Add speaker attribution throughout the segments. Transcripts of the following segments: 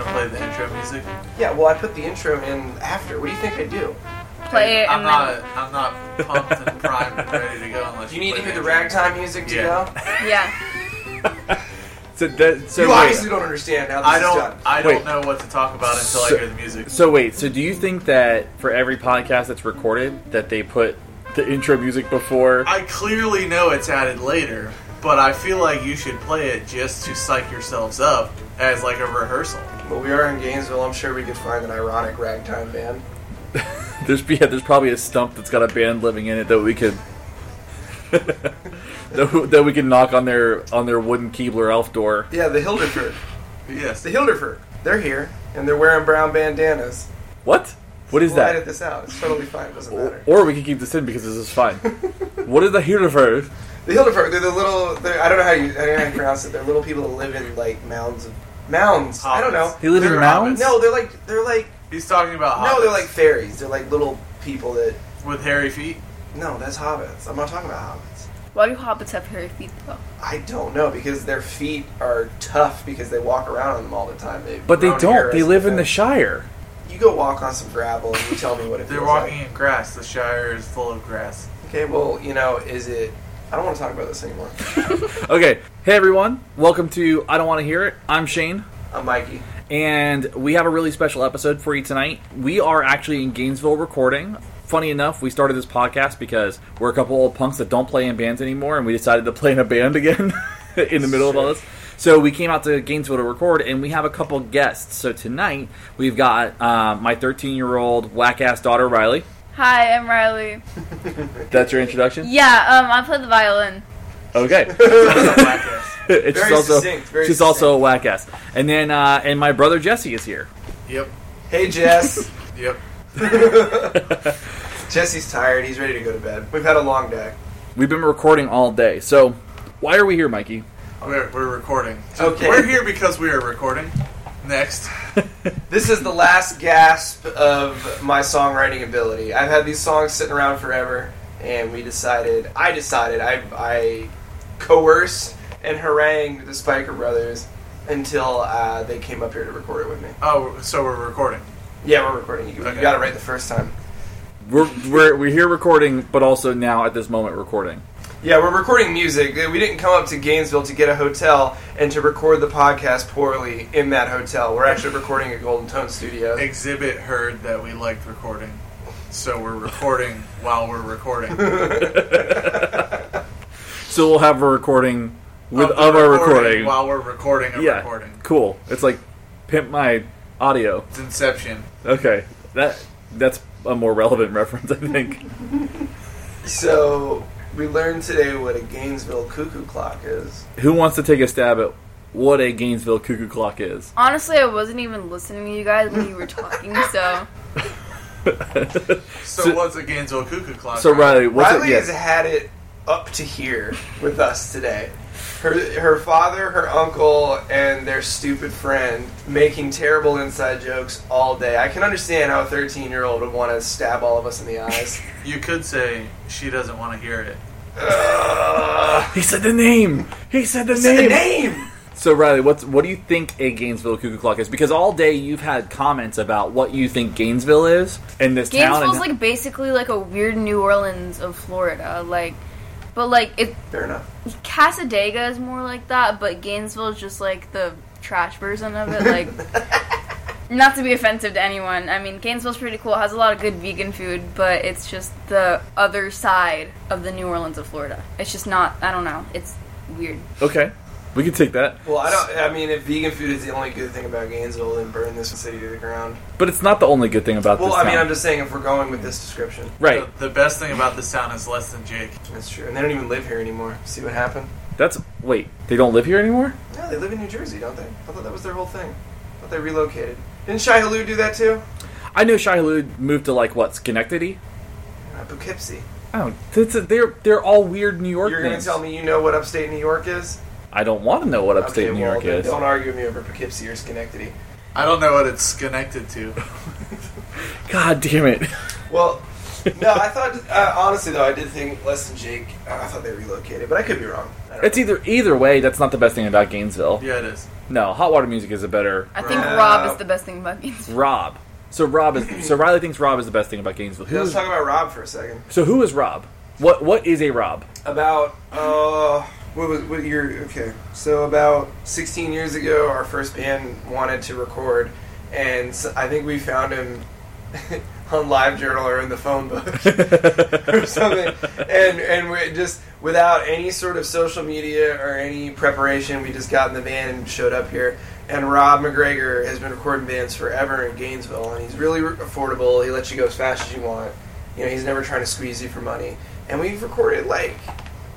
Speaker 1: intro music?
Speaker 2: Yeah, well, I put the intro in after. What do you think I do?
Speaker 1: Hey,
Speaker 3: Play it
Speaker 1: I'm
Speaker 3: and
Speaker 1: not.
Speaker 3: then
Speaker 1: I'm not pumped and primed and ready to go unless
Speaker 2: You need to
Speaker 1: play
Speaker 2: hear the
Speaker 1: intro.
Speaker 2: ragtime music to
Speaker 1: Yeah.
Speaker 2: know?
Speaker 3: yeah.
Speaker 4: So, that, so
Speaker 2: you
Speaker 4: wait,
Speaker 2: obviously don't understand how this
Speaker 1: I
Speaker 2: is
Speaker 1: don't.
Speaker 2: done.
Speaker 1: I don't
Speaker 4: Wait.
Speaker 1: know what to talk about until
Speaker 4: So-
Speaker 1: I hear the music.
Speaker 4: so wait, so do you think that for every podcast that's recorded, that they put the intro music before?
Speaker 1: I clearly know it's added later, but I feel like you should play it just to psych yourselves up as like a rehearsal.
Speaker 2: But we are in Gainesville. I'm sure we could find an ironic ragtime band.
Speaker 4: There's yeah, there's probably a stump that's got a band living in it that we could that, we- that we can knock on their on their wooden Keebler elf door.
Speaker 2: Yeah, the Hilderford.
Speaker 1: Yes.
Speaker 2: The Hilderford. They're here, and they're wearing brown bandanas.
Speaker 4: What? What is
Speaker 2: we'll edit
Speaker 4: that?
Speaker 2: this out. It's totally fine. It doesn't
Speaker 4: Or,
Speaker 2: matter.
Speaker 4: or we can keep this in because this is fine. what is the Hilderford?
Speaker 2: The Hilderford. They're the little. They're, I don't know how you. I don't know how you pronounce it. They're little people that live in like mounds of mounds. I don't know.
Speaker 1: Hobbits.
Speaker 4: They live in
Speaker 1: They're
Speaker 4: mounds?
Speaker 1: hobbits.
Speaker 2: No, they're like they're like
Speaker 1: He's talking about hobbits.
Speaker 2: no, they're like fairies. They're like little people that.
Speaker 1: with hairy feet.
Speaker 2: No, that's hobbits. I'm not talking about hobbits.
Speaker 3: Why do hobbits have hairy feet though?
Speaker 2: I don't know because their feet are tough because they walk around on them all the time. They've
Speaker 4: But they
Speaker 2: grown hair
Speaker 4: don't. They
Speaker 2: as
Speaker 4: live in the
Speaker 2: defense.
Speaker 4: Shire.
Speaker 2: You go walk on some gravel and you tell me what it
Speaker 1: They're
Speaker 2: feels
Speaker 1: walking
Speaker 2: like.
Speaker 1: in grass. The Shire is full of grass.
Speaker 2: Okay, well, you know, is it? I don't want to talk about this anymore.
Speaker 4: Okay. Hey everyone. Welcome to I Don't Want to Hear It. I'm Shane.
Speaker 2: I'm Mikey.
Speaker 4: And we have a really special episode for you tonight. We are actually in Gainesville recording. Funny enough, we started this podcast because we're a couple old punks that don't play in bands anymore, and we decided to play in a band again in the middle of all this. So we came out to Gainesville to record, and we have a couple guests. So tonight we've got uh, my 13 year old whack ass daughter Riley.
Speaker 3: Hi, I'm Riley.
Speaker 4: That's your introduction.
Speaker 3: Yeah, um, I play the violin.
Speaker 4: Okay.
Speaker 1: Black
Speaker 4: it's
Speaker 2: Very
Speaker 4: also
Speaker 2: succinct, very
Speaker 4: she's also a whack ass, and then uh, and my brother Jesse is here.
Speaker 1: yep.
Speaker 2: Hey, Jess.
Speaker 1: Yep.
Speaker 2: Jesse's tired. He's ready to go to bed. We've had a long day.
Speaker 4: We've been recording all day, so why are we here, Mikey?
Speaker 1: We're, we're recording.
Speaker 2: Okay.
Speaker 1: We're here because we are recording. Next.
Speaker 2: This is the last gasp of my songwriting ability. I've had these songs sitting around forever, and we decided, I decided, I, I coerced and harangued the Spiker Brothers until uh, they came up here to record it with me.
Speaker 1: Oh, so we're recording.
Speaker 2: Yeah, we're recording. You,
Speaker 1: Okay.
Speaker 2: you got it right the first time.
Speaker 4: We're, we're we're here recording, but also now at this moment recording.
Speaker 2: Yeah, we're recording music. Uh, We didn't come up to Gainesville to get a hotel and to record the podcast poorly in that hotel. We're actually recording at Golden Tone Studios.
Speaker 1: Exhibit heard that we liked recording, so we're recording while we're recording.
Speaker 4: So we'll have a recording with
Speaker 1: Of
Speaker 4: of,
Speaker 1: the
Speaker 4: our recording.
Speaker 1: while we're recording a
Speaker 4: yeah,
Speaker 1: recording.
Speaker 4: cool. It's like pimp my audio.
Speaker 1: It's Inception.
Speaker 4: Okay, that that's a more relevant reference, I think.
Speaker 2: So we learned today what a Gainesville cuckoo clock is.
Speaker 4: Who wants to take a stab at what a Gainesville cuckoo clock is?
Speaker 3: Honestly, I wasn't even listening to you guys when you were talking, so
Speaker 1: So,
Speaker 4: So-
Speaker 1: what's a Gainesville cuckoo clock?
Speaker 4: So Riley, what's
Speaker 2: Riley
Speaker 4: it? yeah.
Speaker 2: has had it up to here with us today. Her, her father, her uncle, and their stupid friend making terrible inside jokes all day. I can understand how a 13 year old would want to stab all of us in the eyes.
Speaker 1: you could say she doesn't want to hear it.
Speaker 2: Ugh.
Speaker 4: He said the name. He said the name.
Speaker 2: Say the name!
Speaker 4: So Riley, what's what do you think a Gainesville cuckoo clock is? Because all day you've had comments about what you think Gainesville is and this town.
Speaker 3: Gainesville's
Speaker 4: and-
Speaker 3: like basically like a weird New Orleans of Florida, like, but like it
Speaker 2: Fair enough.
Speaker 3: Casadega is more like that, but Gainesville is just like the trash version of it. Like, not to be offensive to anyone, I mean Gainesville's pretty cool. Has a lot of good vegan food, but it's just the other side of the New Orleans of Florida. It's just not. I don't know. It's weird.
Speaker 4: okay, we can take that.
Speaker 2: Well, I don't. I mean, if vegan food is the only good thing about Gainesville, then burn this city to the ground.
Speaker 4: But it's not the only good thing about
Speaker 2: Well,
Speaker 4: this
Speaker 2: I mean,
Speaker 4: town.
Speaker 2: I'm just saying if we're going with this description,
Speaker 4: right.
Speaker 1: The, the best thing about this town is less than Jake.
Speaker 2: that's true. And they don't even live here anymore. See what happened?
Speaker 4: That's wait. They don't live here anymore.
Speaker 2: No, they live in New Jersey, don't they? I thought that was their whole thing. I thought they relocated. Didn't Shai Hulud do that too?
Speaker 4: I know Shai Hulud moved to like what Schenectady.
Speaker 2: Uh, Poughkeepsie.
Speaker 4: Oh, that's a, they're they're all weird New York.
Speaker 2: You're going to
Speaker 4: names.
Speaker 2: tell me you know what upstate New York is?
Speaker 4: I don't want to know what upstate
Speaker 2: Okay,
Speaker 4: New
Speaker 2: well,
Speaker 4: York
Speaker 2: then
Speaker 4: is.
Speaker 2: Don't argue with me over Poughkeepsie or Schenectady.
Speaker 1: I don't know what it's connected to.
Speaker 4: God damn it!
Speaker 2: Well, No, I thought uh, honestly though I did think less than Jake. uh, I thought they relocated, but I could be wrong. I don't
Speaker 4: It's
Speaker 2: know.
Speaker 4: either either way. That's not the best thing about Gainesville.
Speaker 1: Yeah, it is.
Speaker 4: No, hot water music is a better
Speaker 3: I think
Speaker 2: Rob.
Speaker 3: Rob is the best thing about Gainesville.
Speaker 4: Rob. So Rob is so Riley thinks Rob is the best thing about Gainesville. Who
Speaker 2: Let's
Speaker 4: is,
Speaker 2: talk about Rob for a second.
Speaker 4: so who is Rob? What what is a Rob?
Speaker 2: About uh, what was what year? Okay, so about 16 years ago, our first band wanted to record, and s I I think we found him on LiveJournal or in the phone book. or something. And and we just without any sort of social media or any preparation, we just got in the van and showed up here. And Rob McGregor has been recording bands forever in Gainesville, and he's really re- affordable. He lets you go as fast as you want. You know, he's never trying to squeeze you for money. And we've recorded like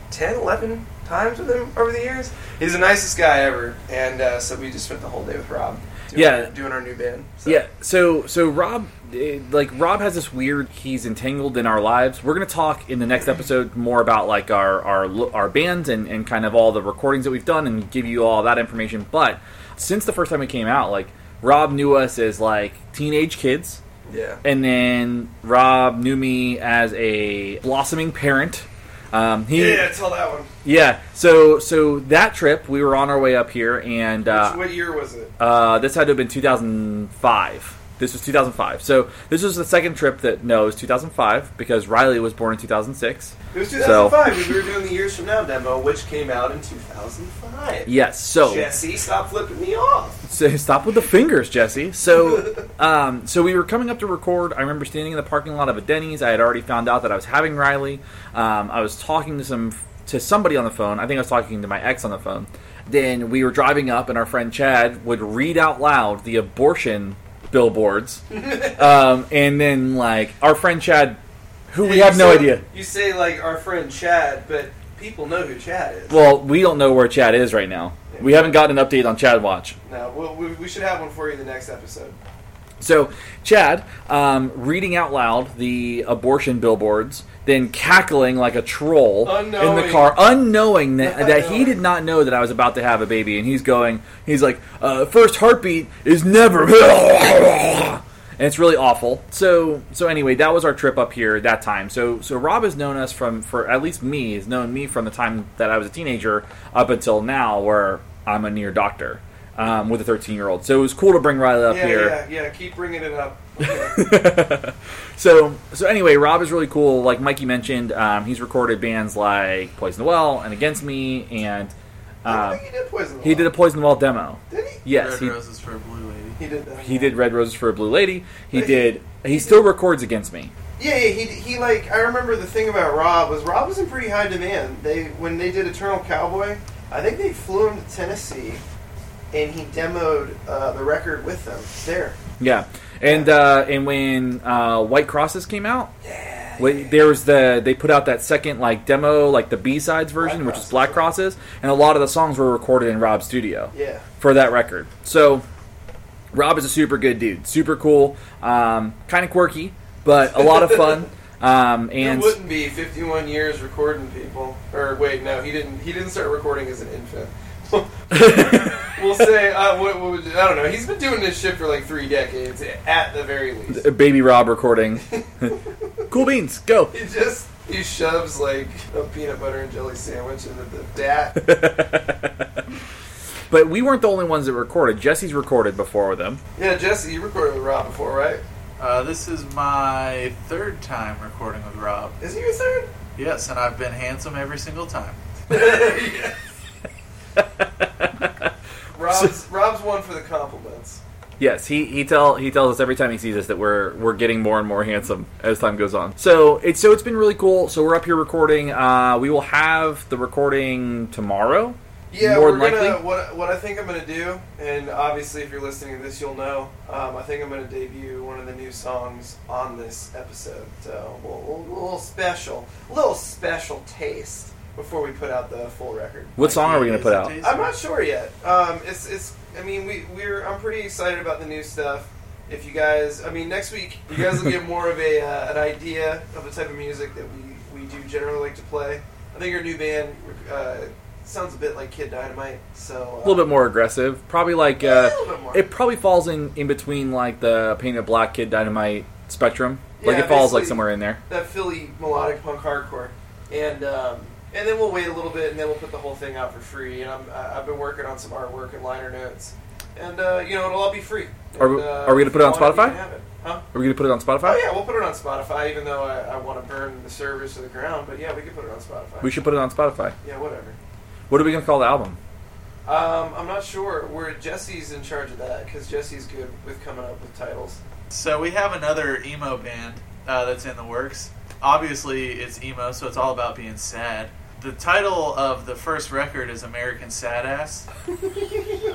Speaker 2: 10, 11 times with him over the years. He's the nicest guy ever. And uh, so we just spent the whole day with Rob. Doing,
Speaker 4: Yeah.
Speaker 2: Doing our new band. So.
Speaker 4: Yeah. So so Rob, eh, like Rob has this weird. He's entangled in our lives. We're gonna talk in the next episode more about like our our lo- our bands and and kind of all the recordings that we've done and give you all that information. But since the first time we came out, like Rob knew us as like teenage kids,
Speaker 2: Yeah.
Speaker 4: and then Rob knew me as a blossoming parent. Um, he,
Speaker 2: Yeah, tell that one.
Speaker 4: yeah. So, so that trip we were on our way up here, and uh,
Speaker 2: Which, what year was it?
Speaker 4: uh, this had to have been 2005. This was 2005. So this was the second trip that no, it was 2005 because Riley was born in 2006.
Speaker 2: It was
Speaker 4: So-
Speaker 2: 2005 because we were doing the Years From Now demo, which came out in 2005.
Speaker 4: Yes. So
Speaker 2: Jesse, stop flipping me off.
Speaker 4: So stop with the fingers, Jesse. So, um, so we were coming up to record. I remember standing in the parking lot of a Denny's. I had already found out that I was having Riley. Um, I was talking to some to somebody on the phone. I think I was talking to my ex on the phone. Then we were driving up, and our friend Chad would read out loud the abortion billboards, um, and then like our friend Chad, who we
Speaker 2: You
Speaker 4: have no
Speaker 2: say-
Speaker 4: idea.
Speaker 2: You say like our friend Chad, but people know who Chad is.
Speaker 4: Well, we don't know where Chad is right now. We haven't gotten an update on Chad Watch.
Speaker 2: no, well, we, we should have one for you the next episode.
Speaker 4: So, Chad, um, reading out loud the abortion billboards, then cackling like a troll in the
Speaker 2: Unknowing.
Speaker 4: car, unknowing that, that he
Speaker 2: Unknowing.
Speaker 4: did not know that I was about to have a baby. And he's going, he's like, uh, first heartbeat is never. And it's really awful. So, so anyway, that was our trip up here that time. So, so Rob has known us from, for at least me, has known me from the time that I was a teenager up until now, where I'm a near doctor um, with a 13 year old. So it was cool to bring Riley up
Speaker 2: yeah,
Speaker 4: here.
Speaker 2: yeah, yeah. Keep bringing it up. Okay.
Speaker 4: So, so anyway, Rob is really cool. Like Mikey mentioned, um, he's recorded bands like Poison the Well and Against Me, and
Speaker 2: I
Speaker 4: uh,
Speaker 2: think he did poison.
Speaker 4: he did a Poison the Well demo.
Speaker 2: Did he?
Speaker 4: Yes,
Speaker 1: Red
Speaker 4: he,
Speaker 1: roses for a blue lady.
Speaker 2: He did. That
Speaker 4: he did Red Roses for a Blue Lady. He
Speaker 2: But he-
Speaker 4: did. He still records Against Me.
Speaker 2: Yeah, yeah, he, he like I remember the thing about Rob was Rob was in pretty high demand. They when they did Eternal Cowboy, I think they flew him to Tennessee, and he demoed uh, the record with them there.
Speaker 4: Yeah, and uh, and when uh, White Crosses came out,
Speaker 2: Yeah,
Speaker 4: when, there was the they put out that second like demo, like the B sides version,
Speaker 2: Black
Speaker 4: which is
Speaker 2: Crosses.
Speaker 4: Black Crosses, and a lot of the songs were recorded in Rob's studio.
Speaker 2: yeah.
Speaker 4: for that record. So Rob is a super good dude, super cool, um, kind of quirky, but a lot of fun. Um, and
Speaker 2: it wouldn't be 51 years recording people. Or wait, no, he didn't. He didn't start recording as an infant. we'll say uh, what, what would, I don't know. He's been doing this shit for like three decades at the very least.
Speaker 4: baby Rob recording, cool beans, go.
Speaker 2: He just he shoves like a peanut butter and jelly sandwich into the dat.
Speaker 4: But we weren't the only ones that recorded. Jesse's recorded before with them.
Speaker 2: Yeah, Jesse, you recorded with Rob before, right?
Speaker 1: Uh, this is my third time recording with Rob.
Speaker 2: Is he your third?
Speaker 1: Yes, and I've been handsome every single time.
Speaker 2: Rob's Rob's one for the compliments.
Speaker 4: Yes, he, he tell he tells us every time he sees us that we're we're getting more and more handsome as time goes on. So it's so it's been really cool. So we're up here recording. Uh, we will have the recording tomorrow.
Speaker 2: Yeah, we're
Speaker 4: More than
Speaker 2: gonna
Speaker 4: likely.
Speaker 2: what what I think I'm gonna do, and obviously if you're listening to this, you'll know. Um, I think I'm gonna debut one of the new songs on this episode. So we'll, we'll, a little special, a little special taste before we put out the full record.
Speaker 4: What song are we going to
Speaker 1: Is
Speaker 4: put
Speaker 1: it
Speaker 4: out?
Speaker 1: tasty?
Speaker 2: I'm not sure yet. Um, it's it's. I mean, we we're. I'm pretty excited about the new stuff. If you guys, I mean, next week you guys will get more of a uh, an idea of the type of music that we we do generally like to play. I think our new band uh, sounds a bit like Kid Dynamite, so uh,
Speaker 4: a little bit more aggressive. Probably like
Speaker 2: Yeah, a
Speaker 4: uh,
Speaker 2: little bit more.
Speaker 4: it probably falls in in between like the painted black kid dynamite spectrum. Like
Speaker 2: Yeah,
Speaker 4: it falls like
Speaker 2: basically-
Speaker 4: somewhere in there.
Speaker 2: that Philly melodic punk hardcore, and um, and then we'll wait a little bit, and then we'll put the whole thing out for free. And I'm, I- I've been working on some artwork and liner notes, and uh, you know it'll all be free.
Speaker 4: Are
Speaker 2: And,
Speaker 4: we-
Speaker 2: uh,
Speaker 4: are we gonna put it on
Speaker 2: if you want
Speaker 4: Spotify?
Speaker 2: you can have it. Huh?
Speaker 4: Are we gonna put it on Spotify?
Speaker 2: Oh yeah, we'll put it on Spotify. Even though I, I want to burn the servers to the ground, but yeah, we can put it on Spotify.
Speaker 4: We should put it on Spotify.
Speaker 2: yeah, whatever.
Speaker 4: What are we gonna call the album?
Speaker 2: Um, I'm not sure. Where Jesse's in charge of that because Jesse's good with coming up with titles.
Speaker 1: So we have another emo band uh, that's in the works. Obviously, it's emo, so it's all about being sad. The title of the first record is American Sad Ass,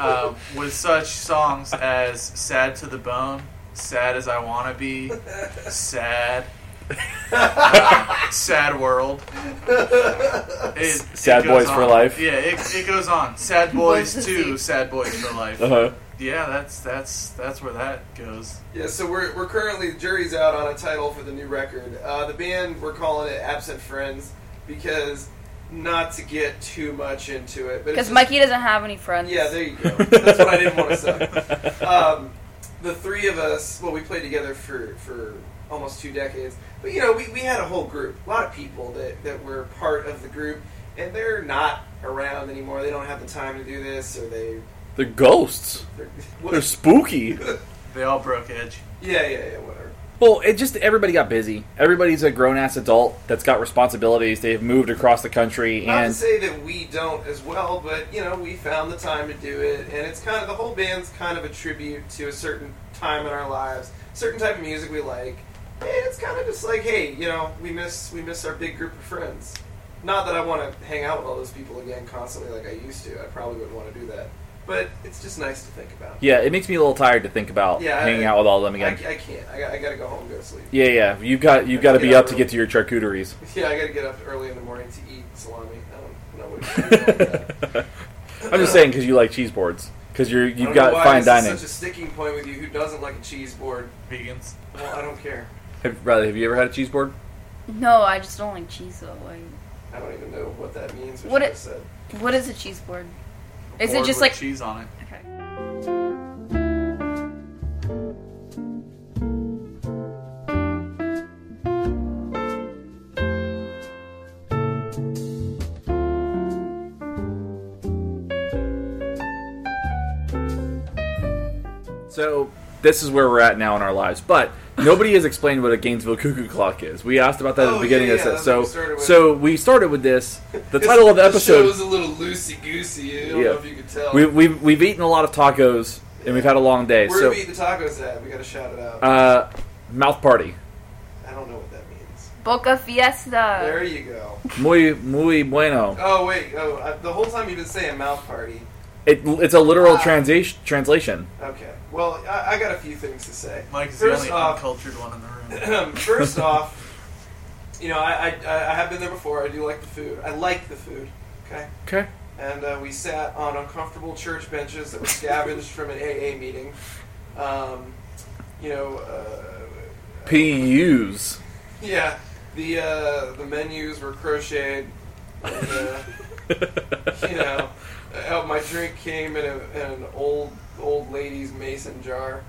Speaker 1: um, with such songs as Sad to the Bone, Sad as I Wanna Be, Sad, um, Sad World. It- it
Speaker 4: Sad
Speaker 1: goes
Speaker 4: Boys for
Speaker 1: on.
Speaker 4: Life.
Speaker 1: Yeah, it, it goes on. Sad
Speaker 3: Boys
Speaker 1: Boys
Speaker 3: to see.
Speaker 1: 2, Sad Boys for Life.
Speaker 4: huh.
Speaker 1: Yeah, that's that's that's where that goes.
Speaker 2: Yeah, so we're, we're currently the jury's out on a title for the new record. Uh, the band we're calling it Absent Friends because not to get too much into it, but it's
Speaker 3: Because
Speaker 2: just-
Speaker 3: Mikey doesn't have any friends.
Speaker 2: Yeah, there you go. That's what I didn't want to say. Um, the three of us, well, we played together for for almost two decades, but you know, we, we had a whole group, a lot of people that that were part of the group, and they're not around anymore. They don't have the time to do this, or they.
Speaker 4: They're ghosts.
Speaker 2: They're,
Speaker 4: They're spooky.
Speaker 1: They all broke edge.
Speaker 2: yeah, yeah, yeah, whatever.
Speaker 4: Well, it just everybody got busy. Everybody's a grown ass adult that's got responsibilities. They've moved across the country
Speaker 2: Not to
Speaker 4: and
Speaker 2: say that we don't as well, but you know, we found the time to do it, and it's kind of the whole band's kind of a tribute to a certain time in our lives, certain type of music we like. And it's kind of just like, hey, you know, we miss we miss our big group of friends. Not that I want to hang out with all those people again constantly like I used to. I probably wouldn't want to do that, but it's just nice to think about.
Speaker 4: yeah, it makes me a little tired to think about
Speaker 2: Yeah,
Speaker 4: hanging
Speaker 2: I-
Speaker 4: out with all of them
Speaker 2: I,
Speaker 4: again.
Speaker 2: I can't. I got, I got to go home and go to sleep.
Speaker 4: yeah, yeah. You've got you've got to be up to get to your charcuteries.
Speaker 2: Yeah, I got to get up early in the morning to eat salami. I don't know what. you're doing.
Speaker 4: I'm just saying because you like cheese boards because you're
Speaker 2: I
Speaker 4: you've
Speaker 2: don't know
Speaker 4: got
Speaker 2: why
Speaker 4: fine
Speaker 2: this
Speaker 4: dining.
Speaker 2: Is such a sticking point with you. Who doesn't like a cheese board?
Speaker 1: Vegans.
Speaker 2: Well, I don't care.
Speaker 4: Have, Riley, have you ever had a cheese board?
Speaker 3: No, I just don't like cheese though. Like,
Speaker 2: I don't even know what that means. What,
Speaker 3: What
Speaker 2: you
Speaker 3: it-
Speaker 2: just said.
Speaker 3: what is a cheese board? Is it
Speaker 1: Board
Speaker 3: just
Speaker 1: with
Speaker 3: like?
Speaker 1: cheese on it?
Speaker 3: Okay.
Speaker 4: So this is where we're at now in our lives, but nobody has explained what a Gainesville cuckoo clock is. We asked about that at
Speaker 2: Oh,
Speaker 4: the beginning
Speaker 2: yeah,
Speaker 4: of
Speaker 2: yeah,
Speaker 4: this. So
Speaker 2: that's what we started with.
Speaker 4: so we started with this. The title of the
Speaker 2: show
Speaker 4: episode.
Speaker 2: is a little loosey goosey. I don't
Speaker 4: Yeah.
Speaker 2: know if you could tell.
Speaker 4: We, we've we've eaten a lot of tacos and we've had a long day.
Speaker 2: Where
Speaker 4: so
Speaker 2: we eat the tacos at? We got to shout it out.
Speaker 4: uh, mouth party.
Speaker 2: I don't know what that means.
Speaker 3: Boca Fiesta.
Speaker 2: There you go.
Speaker 4: Muy muy bueno.
Speaker 2: Oh wait. Oh, I, the whole time you've been saying mouth party.
Speaker 4: It, it's a literal
Speaker 2: Ah.
Speaker 4: transa- translation.
Speaker 2: Okay. Well, I, I got a few things to say.
Speaker 1: Mike is
Speaker 2: First
Speaker 1: the only
Speaker 2: off-
Speaker 1: uncultured one in the room.
Speaker 2: First off, you know I, I I have been there before. I do like the food. I like the food. Okay.
Speaker 4: Okay.
Speaker 2: and uh, we sat on uncomfortable church benches that were scavenged from an AA meeting. Um, you know, uh,
Speaker 4: PUs.
Speaker 2: yeah, the uh, the menus were crocheted. And, uh, you know, out my drink came in, a, in an old old lady's mason jar.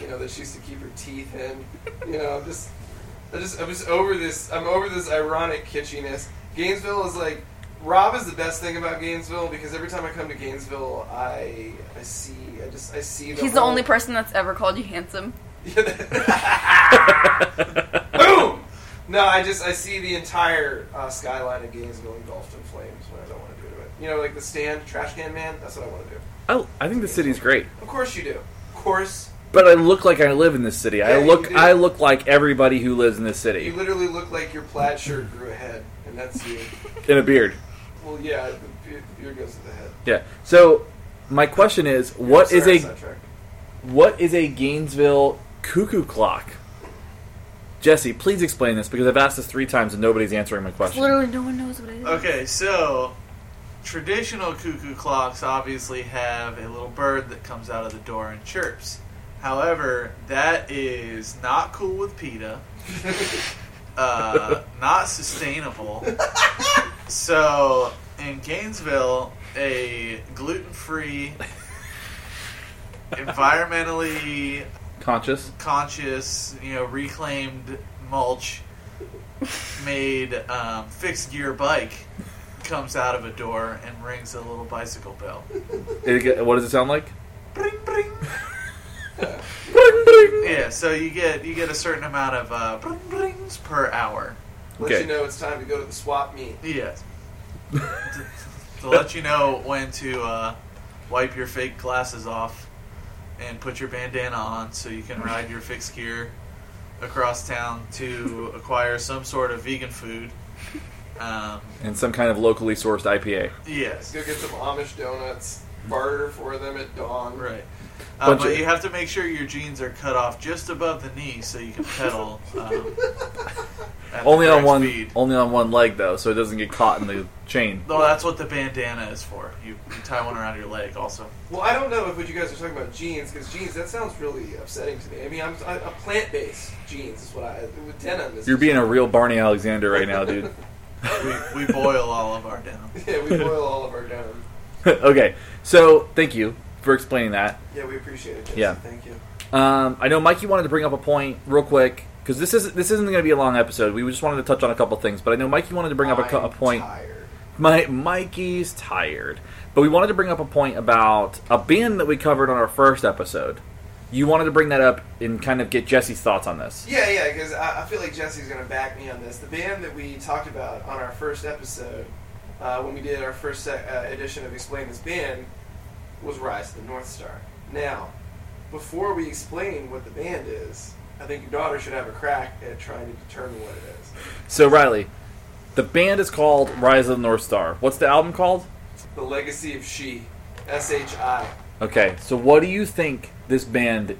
Speaker 2: You know that she used to keep her teeth in. You know, just I just I'm just over this. I'm over this ironic kitschiness. Gainesville is like Rob is the best thing about Gainesville because every time I come to Gainesville, I I see I just I see. The
Speaker 3: He's the
Speaker 2: whole-
Speaker 3: only person that's ever called you handsome.
Speaker 2: Yeah, that- Boom! No, I just I see the entire uh, skyline of Gainesville engulfed in flames when I don't want to do it. You know, like the stand, trash can man. That's what I want to do.
Speaker 4: I, I think the city's great,
Speaker 2: Of course you do. Of course,
Speaker 4: but I look like I live in this city.
Speaker 2: Yeah,
Speaker 4: I
Speaker 2: you
Speaker 4: look
Speaker 2: do.
Speaker 4: I look like everybody who lives in this
Speaker 2: you
Speaker 4: city
Speaker 2: literally look like your plaid shirt grew a head, and that's you.
Speaker 4: in a beard.
Speaker 2: Well, yeah, the beard, the beard goes to the head.
Speaker 4: Yeah. So my question is, what
Speaker 2: Sorry,
Speaker 4: is
Speaker 2: I
Speaker 4: a
Speaker 2: sidetracked.
Speaker 4: what is a Gainesville cuckoo clock? Jesse, please explain this because I've asked this three times and nobody's answering my question.
Speaker 3: Literally, no one knows what it is.
Speaker 1: Okay, so traditional cuckoo clocks obviously have a little bird that comes out of the door and chirps. However, that is not cool with PETA. uh, not sustainable. So in Gainesville, a gluten-free, environmentally
Speaker 4: conscious.
Speaker 1: conscious, you know, reclaimed mulch made um, fixed gear bike comes out of a door and rings a little bicycle bell.
Speaker 4: It get- what does it sound like?
Speaker 1: Bring, bring. Yeah, so you get you get a certain amount of uh, bring, brings per hour.
Speaker 2: Let
Speaker 4: Okay.
Speaker 2: you know it's time to go to the swap meet.
Speaker 1: Yeah, to, to let you know when to uh, wipe your fake glasses off and put your bandana on, so you can ride your fixed gear across town to acquire some sort of vegan food. Um,
Speaker 4: And some kind of locally sourced IPA.
Speaker 1: yes.
Speaker 2: Let's go get some Amish donuts. Barter for them at dawn.
Speaker 1: Right. Uh,
Speaker 4: Bunch
Speaker 1: but
Speaker 4: of-
Speaker 1: you have to make sure your jeans are cut off just above the knee so you can pedal. Um, at the
Speaker 4: Only on
Speaker 1: correct
Speaker 4: one,
Speaker 1: Speed.
Speaker 4: only on one leg though, so it doesn't get caught in the chain.
Speaker 1: No, that's what the bandana is for. You, you tie one around your leg also.
Speaker 2: Well, I don't know if what you guys are talking about jeans, because jeans that sounds really upsetting to me. I mean, I'm I, a plant-based jeans is what I with denim. Is
Speaker 4: You're being a real Barney Alexander right now, dude.
Speaker 1: We, we boil all of our denim.
Speaker 2: yeah. We boil all of our denim.
Speaker 4: okay, so thank you for explaining that.
Speaker 2: Yeah, we appreciate it. Jason.
Speaker 4: Yeah.
Speaker 2: thank you.
Speaker 4: Um, I know Mikey wanted to bring up a point real quick because this is this isn't going to be a long episode. We just wanted to touch on a couple things, but I know Mikey wanted to bring up a, cou- a
Speaker 2: I'm
Speaker 4: point.
Speaker 2: tired.
Speaker 4: My Mikey's tired, but we wanted to bring up a point about a band that we covered on our first episode. You wanted to bring that up and kind of get Jesse's thoughts on this.
Speaker 2: Yeah, yeah, because I, I feel like Jesse's going to back me on this. The band that we talked about on our first episode, uh, when we did our first se- uh, edition of Explain This Band, was Rise to the North Star. Now, before we explain what the band is, I think your daughter should have a crack at trying to determine what it is.
Speaker 4: So Riley, the band is called Rise of the North Star. What's the album called?
Speaker 2: The Legacy of She, S H I.
Speaker 4: Okay, so what do you think this band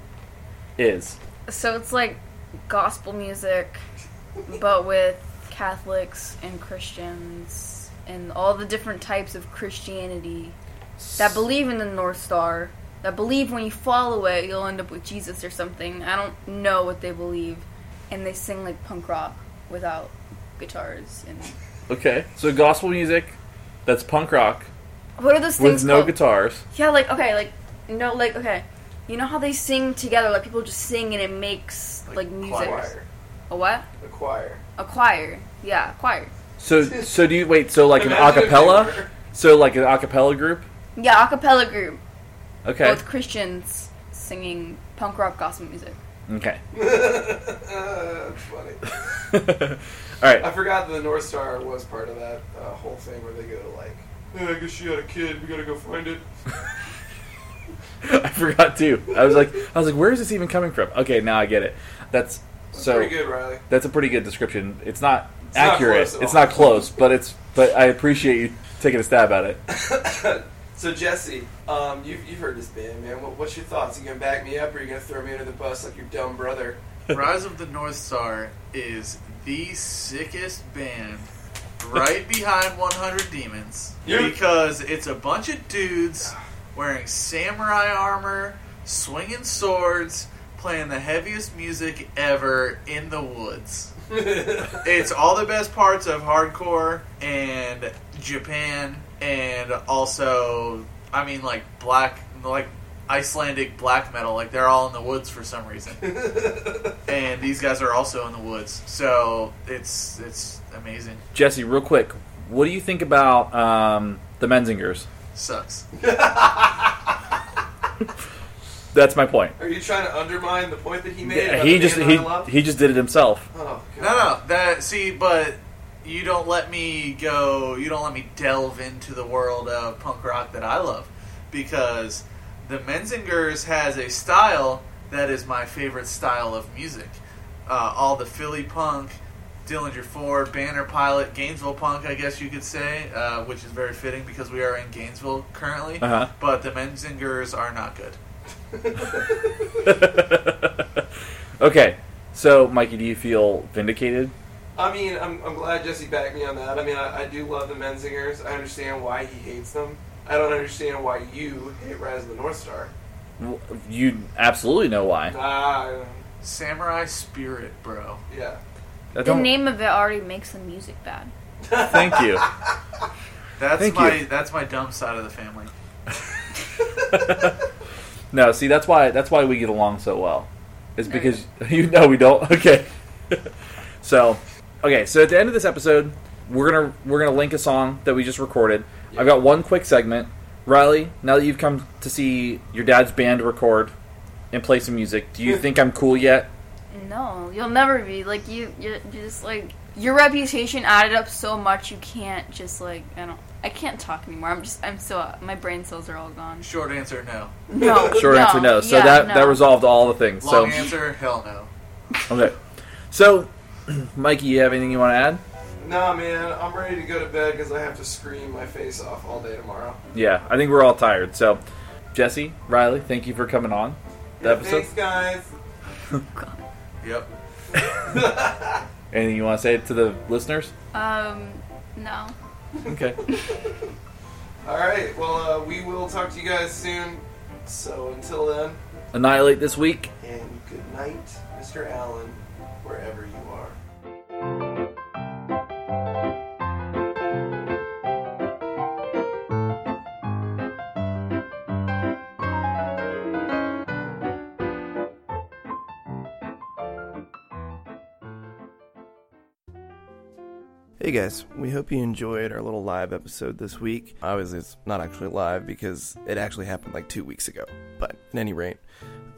Speaker 4: is?
Speaker 3: So it's like gospel music, but with Catholics and Christians and all the different types of Christianity that believe in the North Star, that believe when you follow it, you'll end up with Jesus or something. I don't know what they believe. And they sing like punk rock without guitars and.
Speaker 4: Okay, so gospel music that's punk rock
Speaker 3: What are those
Speaker 4: with
Speaker 3: things
Speaker 4: no
Speaker 3: called?
Speaker 4: guitars.
Speaker 3: Yeah, like okay, like no, like okay. You know how they sing together? Like people just sing and it makes like, music.
Speaker 2: Choir.
Speaker 3: A what?
Speaker 2: The choir.
Speaker 3: A choir. Yeah, a choir.
Speaker 4: So so do you wait? So like an
Speaker 2: Imagine if they
Speaker 4: acapella?
Speaker 2: were-
Speaker 4: So like an acapella group?
Speaker 3: Yeah, a cappella group.
Speaker 4: Okay,
Speaker 3: Both Christians singing punk rock gospel music.
Speaker 4: okay.
Speaker 2: That's funny.
Speaker 4: All right.
Speaker 2: I forgot that the North Star was part of that uh, whole thing where they go to like, hey, I guess she had a kid. We gotta go find it.
Speaker 4: I forgot too. I was like, I was like, where is this even coming from? Okay, now I get it. That's
Speaker 2: That's
Speaker 4: so.
Speaker 2: pretty good, Riley.
Speaker 4: That's a pretty good description. It's not
Speaker 2: It's not
Speaker 4: accurate.
Speaker 2: close at
Speaker 4: it's
Speaker 2: all.
Speaker 4: not close, but it's. But I appreciate you taking a stab at it.
Speaker 2: So Jesse, um, you've, you've heard this band, man. What, what's your thoughts? you gonna back me up, or you gonna throw me under the bus like your dumb brother?
Speaker 1: Rise of the North Star is the sickest band right behind 100 Demons
Speaker 2: Yeah.
Speaker 1: because it's a bunch of dudes wearing samurai armor, swinging swords, playing the heaviest music ever in the woods. It's all the best parts of hardcore and Japan and also I mean like black like Icelandic black metal like they're all in the woods for some reason. and these guys are also in the woods. So it's it's amazing.
Speaker 4: Jesse, real quick, what do you think about um, the Menzingers?
Speaker 1: Sucks.
Speaker 4: That's my point.
Speaker 2: Are you trying to undermine the point that he made?
Speaker 4: Yeah,
Speaker 2: about
Speaker 4: he
Speaker 2: the
Speaker 4: just
Speaker 2: band
Speaker 4: he,
Speaker 2: I love?
Speaker 4: he just did it himself.
Speaker 2: Oh
Speaker 1: No,
Speaker 2: God.
Speaker 1: no, that see, but you don't let me go. You don't let me delve into the world of punk rock that I love because the Menzingers has a style that is my favorite style of music. Uh, all the Philly punk, Dillinger Ford, Banner Pilot, Gainesville punk, I guess you could say, uh, which is very fitting because we are in Gainesville currently.
Speaker 4: Uh
Speaker 1: But the Menzingers are not good.
Speaker 4: huh. okay, so Mikey, do you feel vindicated?
Speaker 2: I mean, I'm, I'm glad Jesse backed me on that. I mean, I, I do love the Menzingers. I understand why he hates them. I don't understand why you hate Rise of the North Star.
Speaker 4: W- You absolutely know why.
Speaker 2: Ah,
Speaker 1: Samurai spirit, bro.
Speaker 2: yeah.
Speaker 4: I
Speaker 3: The
Speaker 4: don't-
Speaker 3: name of it already makes the music bad.
Speaker 4: Thank you.
Speaker 1: That's
Speaker 4: Thank
Speaker 1: my
Speaker 4: you.
Speaker 1: that's my dumb side of the family.
Speaker 4: no, see that's why that's why we get along so well. Is because you know we don't. Okay. so, okay. So at the end of this episode, we're gonna we're gonna link a song that we just recorded. I've got one quick segment. Riley, now that you've come to see your dad's band record and play some music, do
Speaker 3: Hmm.
Speaker 4: you think I'm cool yet?
Speaker 3: No, you'll never be like you. You're, you're just like your reputation added up so much. You can't just like I don't. I can't talk anymore. I'm just. I'm so. My brain cells are all gone.
Speaker 1: Short answer, no.
Speaker 3: No.
Speaker 4: Short answer, no. So
Speaker 3: yeah,
Speaker 4: that
Speaker 3: no.
Speaker 4: that resolved all the things.
Speaker 1: Long
Speaker 4: so
Speaker 1: answer, hell no.
Speaker 4: okay. So, Mikey, you have anything you want to add?
Speaker 2: Nah, man, I'm ready to go to bed because I have to scream my face off all day tomorrow.
Speaker 4: Yeah, I think we're all tired. So, Jesse, Riley, thank you for coming on the episode.
Speaker 2: Thanks, guys.
Speaker 1: Yep.
Speaker 4: Anything you want to say to the listeners?
Speaker 3: Um. No.
Speaker 4: Okay.
Speaker 2: All right, well, uh, we will talk to you guys soon. So until then,
Speaker 4: Annihilate this week.
Speaker 2: and good night, Mr. Allen, wherever you are. Hey guys, we hope you enjoyed our little live episode this week. Obviously, it's not actually live because it actually happened like two weeks ago. But at any rate,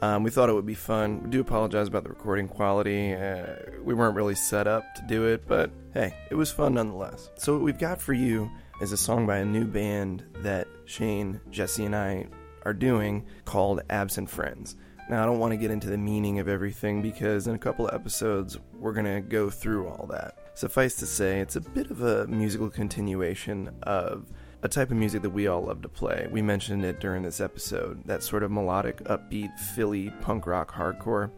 Speaker 2: um, we thought it would be fun. We do apologize about the recording quality. Uh, we weren't really set up to do it, but hey, it was fun nonetheless. So, what we've got for you is a song by a new band that Shane, Jesse, and I are doing called Absent Friends. Now, I don't want to get into the meaning of everything because in a couple of episodes, we're going to go through all that. Suffice to say, it's a bit of a musical continuation of a type of music that we all love to play. We mentioned it during this episode that sort of melodic, upbeat, Philly punk rock hardcore.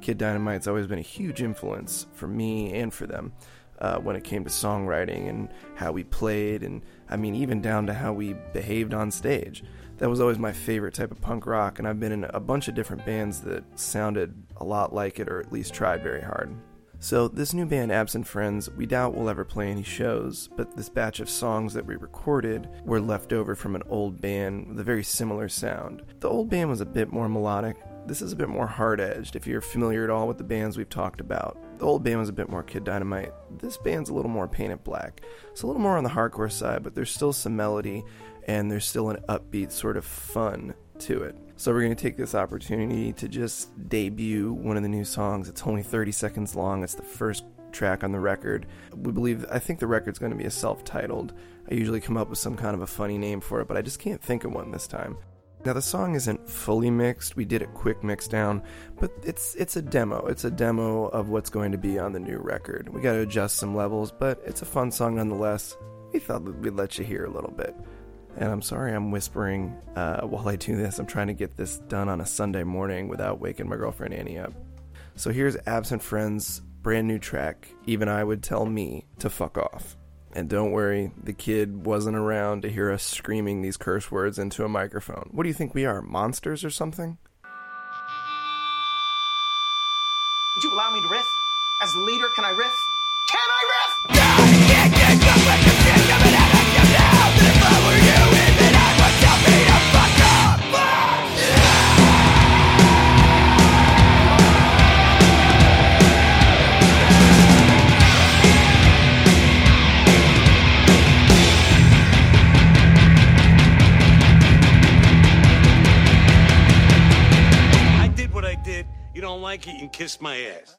Speaker 2: Kid Dynamite's always been a huge influence for me and for them uh, when it came to songwriting and how we played, and I mean, even down to how we behaved on stage. That was always my favorite type of punk rock, and I've been in a bunch of different bands that sounded a lot like it or at least tried very hard. So, this new band, Absent Friends, we doubt will ever play any shows, but this batch of songs that we recorded were left over from an old band with a very similar sound. The old band was a bit more melodic. This is a bit more hard edged if you're familiar at all with the bands we've talked about. The old band was a bit more Kid Dynamite. This band's a little more painted black. It's a little more on the hardcore side, but there's still some melody and there's still an upbeat sort of fun to it. So we're going to take this opportunity to just debut one of the new songs. It's only 30 seconds long. It's the first track on the record. We believe I think the record's going to be a self-titled. I usually come up with some kind of a funny name for it, but I just can't think of one this time. Now the song isn't fully mixed. We did a quick mix down, but it's it's a demo. It's a demo of what's going to be on the new record. We got to adjust some levels, but it's a fun song nonetheless. We thought that we'd let you hear a little bit. And I'm sorry I'm whispering uh, while I do this. I'm trying to get this done on a Sunday morning without waking my girlfriend Annie up. So here's Absent Friends' brand new track, Even I Would Tell Me to Fuck Off. And don't worry, the kid wasn't around to hear us screaming these curse words into a microphone. What do you think we are, monsters or something?
Speaker 5: Would you allow me to riff? As the leader, can I riff? Can I riff?
Speaker 6: I did what I did. You don't like it, you can kiss my ass.